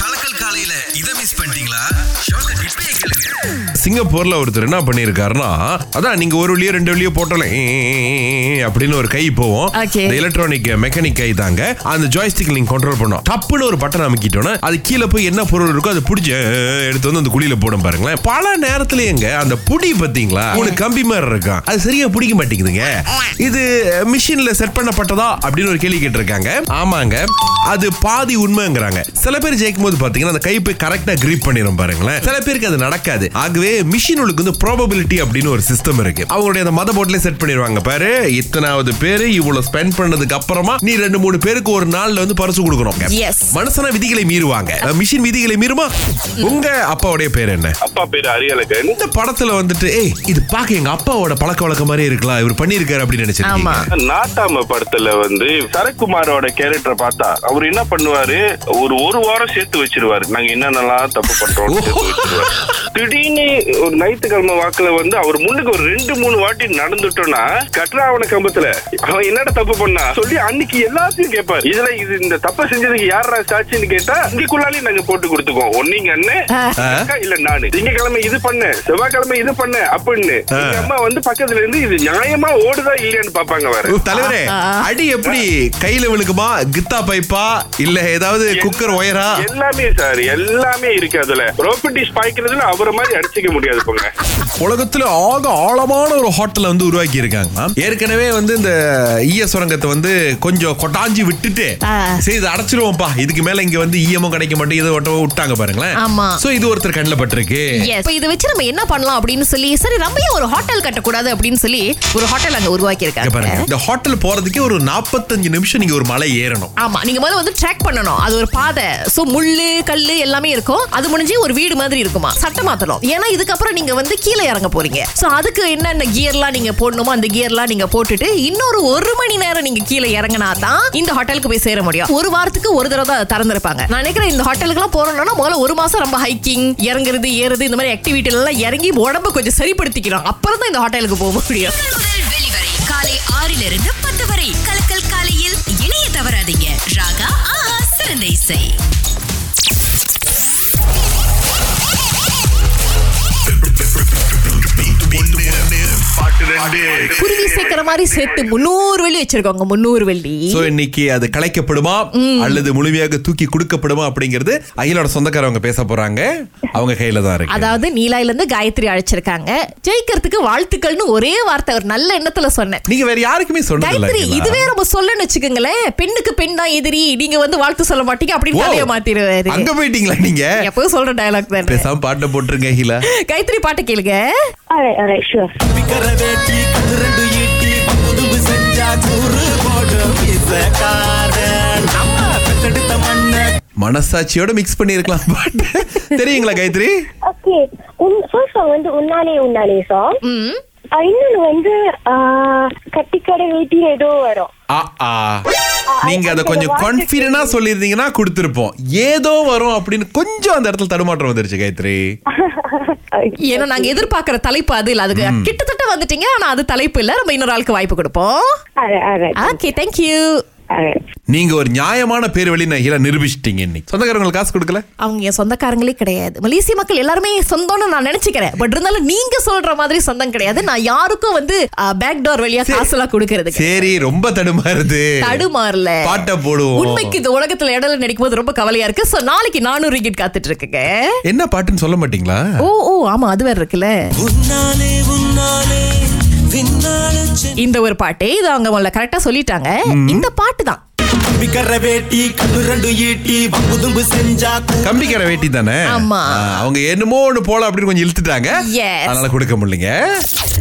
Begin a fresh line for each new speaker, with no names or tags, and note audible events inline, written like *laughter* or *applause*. கலக்கல் காலையில இதை மிஸ் பண்ணிட்டீங்களா ஷார்ட் இப்பயே கேளுங்க
சிங்கப்பூர்ல ஒருத்தர் என்ன பண்ணிருக்காருன்னா அதான் நீங்க ஒரு வழியோ ரெண்டு வழியோ போட்டோம்ல ஏ, ஏ, ஏ, ஏ, அப்படின்னு ஒரு கை போவோம்
Okay.
எலக்ட்ரானிக் மெக்கானிக் கை தாங்க அந்த ஜாய்ஸ்டிக் நீங்க கண்ட்ரோல் பண்ணோம் டப்புன்னு ஒரு பட்டன் அமைக்கிட்டோன்னா அது கீழே போய் என்ன பொருள் இருக்கோ அதை பிடிச்சி ஏ, ஏ, எடுத்து வந்து அந்த குழியில போடும் பாருங்களேன் பல நேரத்துல எங்க அந்த புடி பாத்தீங்களா மூணு கம்பி மாதிரி இருக்கும் அது சரியா பிடிக்க மாட்டேங்குதுங்க இது மிஷின்ல செட் பண்ணப்பட்டதா அப்படின்னு ஒரு கேள்வி கேட்டிருக்காங்க ஆமாங்க அது பாதி உண்மைங்கிறாங்க சில பேர் ஜெயிக்கும் போது பாத்தீங்கன்னா அந்த கை போய் கரெக்டா கிரிப் பண்ணிரும் பாருங்களேன் சில பேருக்கு அது நடக்காது ஆகவே மிஷினுக்கு வந்து ப்ராபபிலிட்டி அப்படின்னு ஒரு சிஸ்டம் இருக்கு அவங்களுடைய அந்த மத போட்ல செட் பண்ணிடுவாங்க பாரு இத்தனாவது பேரு இவ்வளவு ஸ்பெண்ட் பண்ணதுக்கு அப்புறமா நீ ரெண்டு மூணு பேருக்கு ஒரு நாள்ல வந்து பரிசு கொடுக்கணும்
Yes.
மனுஷனா விதிகளை மீறுவாங்க மிஷின் விதிகளை மீறுமா உங்க அப்பாவுடைய பேர் என்ன
அப்பா பேரு அரியலகன்
இந்த படத்துல வந்துட்டு ஏய் இது பாக்க எங்க அப்பாவோட பழக்க வழக்கம் மாதிரி இருக்கலாம் இவர் பண்ணிருக்காரு அப்படின்னு
ஆமா.
நினைச்சிருக்கீங்க
நாட்டாம படத்துல வந்து சரத்குமாரோட கேரக்டர் பார்த்தா அவர் என்ன பண்ணுவாரு ஒரு ஒரு வாரம் சேர்த்து வச்சிருவாரு நாங்க என்னென்னலாம் தப்பு பண்றோம்னு சேர்த்து வச்சிருவாரு திடீர்னு ஒரு ஞாயிற்றுக்கிழமை வாக்குல வந்து அவர் முன்னுக்கு ஒரு ரெண்டு மூணு வாட்டி நடந்துட்டோம்னா கட்டுறாவன கம்பத்துல அவன் என்னடா தப்பு பண்ணா சொல்லி அன்னைக்கு எல்லாத்தையும் கேட்பாரு இதுல இது இந்த தப்பை செஞ்சதுக்கு யாரா சாட்சின்னு கேட்டா இங்கக்குள்ளாலே நாங்க போட்டு கொடுத்துக்குவோம் ஒன்னீங்க அண்ணன் அக்கா இல்ல நானு திங்கக்கிழமை இது பண்ண செவ்வாய்க்கிழமை இது பண்ண அப்படின்னு எங்க அம்மா வந்து பக்கத்துல இருந்து இது நியாயமா ஓடுதா இல்லையான்னு பாப்பாங்க வேற
தலைவரே
ஆஹா.
அடி எப்படி கையில விழுக்குமா கித்தா பைப்பா இல்ல ஏதாவது குக்கர் ஒயரா
எல்லாமே சார் எல்லாமே இருக்கு அதுல ப்ராப்பர்ட்டிஸ் பாய்க்கிறதுல அவரை மாதிரி அடிச்சுக்க முடியாது போங்க
உலகத்துல ஆக ஆழமான ஒரு ஹோட்டல வந்து உருவாக்கி இருக்காங்க ஏற்கனவே வந்து இந்த ஈய சுரங்கத்தை வந்து கொஞ்சம் கொட்டாஞ்சி விட்டுட்டு
ஆ.
சரி இது அடைச்சிருவோம்ப்பா இதுக்கு மேல இங்க வந்து ஈயமும் கிடைக்க மாட்டேங்குது இதை ஒட்டவும் விட்டாங்க பாருங்களேன்
ஆமா.
சோ இது ஒருத்தர் கண்ணில் பட்டிருக்கு
Yes. இப்ப இதை வச்சு நம்ம என்ன பண்ணலாம் அப்படின்னு சொல்லி சரி நம்ம ஏன் ஒரு ஹோட்டல் கட்டக்கூடாது அப்படின்னு சொல்லி ஒரு ஹோட்டல் அங்க உருவாக்கி
இங்க
இருக்காங்க
பாருங்க இந்த ஹோட்டல் போறதுக்கே ஒரு நாற்பத்தஞ்சு நிமிஷம் நீங்க ஒரு மலை ஏறணும்
ஆமா நீங்க முதல்ல வந்து ட்ராக் பண்ணணும் அது ஒரு பாதை சோ முள்ளு கல்லு எல்லாமே இருக்கும் அது முடிஞ்சு ஒரு வீடு மாதிரி இருக்குமா சட்டை மாத்தணும் ஏன்னா இதுக்கப்புறம் நீங்க வந்து கீழே இறங்க போறீங்க சோ அதுக்கு என்னென்ன கியர்லாம் நீங்க போடணுமோ அந்த கியர்லாம் நீங்க போட்டுட்டு இன்னொரு ஒரு மணி நேரம் நீங்க கீழே இறங்கினா தான் இந்த ஹோட்டலுக்கு போய் சேர முடியும் ஒரு வாரத்துக்கு ஒரு தடவை தான் திறந்திருப்பாங்க நான் நினைக்கிறேன் இந்த ஹோட்டலுக்குலாம் போறோம்னா முதல்ல ஒரு மாசம் ரொம்ப ஹைக்கிங் இறங்குறது ஏறுறது இந்த மாதிரி ஆக்டிவிட்டி எல்லாம் இறங்கி உடம்ப கொஞ்சம் சரிப்படுத்திக்கிறோம் அப்புறம் தான் இந்த ஹோட்டலுக்கு போக முடியும்
உங்கள் முதல் வெளிவரை காலை ஆறிலிருந்து பத்து வரை கலக்கல் காலையில் இணைய தவறாதீங்க ராகா ஆஹா சிறந்த இசை
குருவி சேர்க்கிற மாதிரி சேர்த்து முந்நூறு வெள்ளி வச்சிருக்கோங்க முந்நூறு வெள்ளி
சோ இன்னைக்கு அது கலைக்கப்படுமா அல்லது முழுமையாக தூக்கி கொடுக்கப்படுமா அப்படிங்கிறது அகிலோட சொந்தக்காரவங்க பேச போறாங்க அவங்க கையில தான் இருக்கு
அதாவது நீலாயில இருந்து காயத்ரி அழைச்சிருக்காங்க ஜெயிக்கிறதுக்கு வாழ்த்துக்கள்னு ஒரே வார்த்தை ஒரு நல்ல எண்ணத்துல சொன்னேன்
நீங்க வேற யாருக்குமே சொன்னதில்ல
காயத்ரி
அகிலா.
இதுவே நம்ம சொல்லணும்னு வச்சுக்கோங்களேன் பெண்ணுக்கு பெண் தான் எதிரி நீங்க வந்து வாழ்த்து சொல்ல மாட்டீங்க
ஓ,
அப்படின்னு தலைய மாத்திடுவாரு
அங்க போயிட்டீங்களா நீங்க
எப்பவும் சொல்ற டயலாக் தானே
பேசாம பாட்டை போட்டுருங்க அகிலா
காயத்ரி பாட்டை கேளுங்க
Alright, alright, sure.
கரவேட்டி கதிரண்டு ஈட்டி புதுவு செஞ்சா கூறு போடும் இசக்கார நம்ம பெத்தெடுத்த மண்ணை
மனசாட்சியோட மிக்ஸ் பண்ணிருக்கலாம் பாட்டு தெரியுங்களா Gayatri
Okay, un, first song வந்து உன்னாலே உன்னாலே song. அஹ், இன்னொன்னு வந்து ஆஹ், கட்டிக்கடை வீட்டில் ஏதோ வரும்
ஆ, ஆ. நீங்க அதை கொஞ்சம் கான்பிடண்டா சொல்லியிருந்தீங்கன்னா கொடுத்திருப்போம் ஏதோ வரும் அப்படின்னு கொஞ்சம் அந்த இடத்துல தடுமாற்றம் வந்துருச்சு காயத்ரி
ஏன்னா நாங்க
*laughs*
எதிர்பார்க்கிற தலைப்பு அது இல்ல அதுக்கு கிட்டத்தட்ட வந்துட்டீங்க ஆனா அது தலைப்பு இல்ல நம்ம இன்னொரு ஆளுக்கு வாய்ப்பு கொடுப்போம்
Alright, alright,
okay thank you
alright.
நீங்க ஒரு நியாயமான பேர் வெளி நகில நிரூபிச்சிட்டீங்க இன்னைக்கு சொந்தக்காரங்களுக்கு காசு கொடுக்கல
அவங்க என் சொந்தக்காரங்களே கிடையாது மலேசிய மக்கள் எல்லாருமே சொந்தம்னு நான் நினைச்சுக்கிறேன் பட் இருந்தாலும் நீங்க சொல்ற மாதிரி சொந்தம் கிடையாது நான் யாருக்கும் வந்து பேக் டோர் வழியா காசுலாம் கொடுக்கறது
சரி ரொம்ப தடுமாறுது
தடுமாறல
பாட்டை போடுவோம்.
உண்மைக்கு இந்த உலகத்துல இடல நடிக்கும் போது ரொம்ப கவலையா இருக்கு சோ நாளைக்கு நானூறு ரிக்கெட் காத்துட்டு இருக்குங்க
என்ன பாட்டுன்னு சொல்ல மாட்டீங்களா
ஓ ஓ ஆமா அது வேற இருக்குல்ல
உன்னாலே உன்னாலே விண்ணாலே
இந்த ஒரு பாட்டு இது அவங்க முதல்ல கரெக்டா சொல்லிட்டாங்க இந்த பாட்டு தான்
செம்பி கரவேட்டி கதிரண்டு ஈட்டி புதுவு செஞ்சா கூறு
கம்பிக்கரை வேட்டி தானே
ஆமா.
ஆ, அவங்க என்னமோ ஒண்ணு போல அப்படின்னு கொஞ்சம் இழுத்துட்டாங்க
Yes.
அதனால கொடுக்க முடியலங்க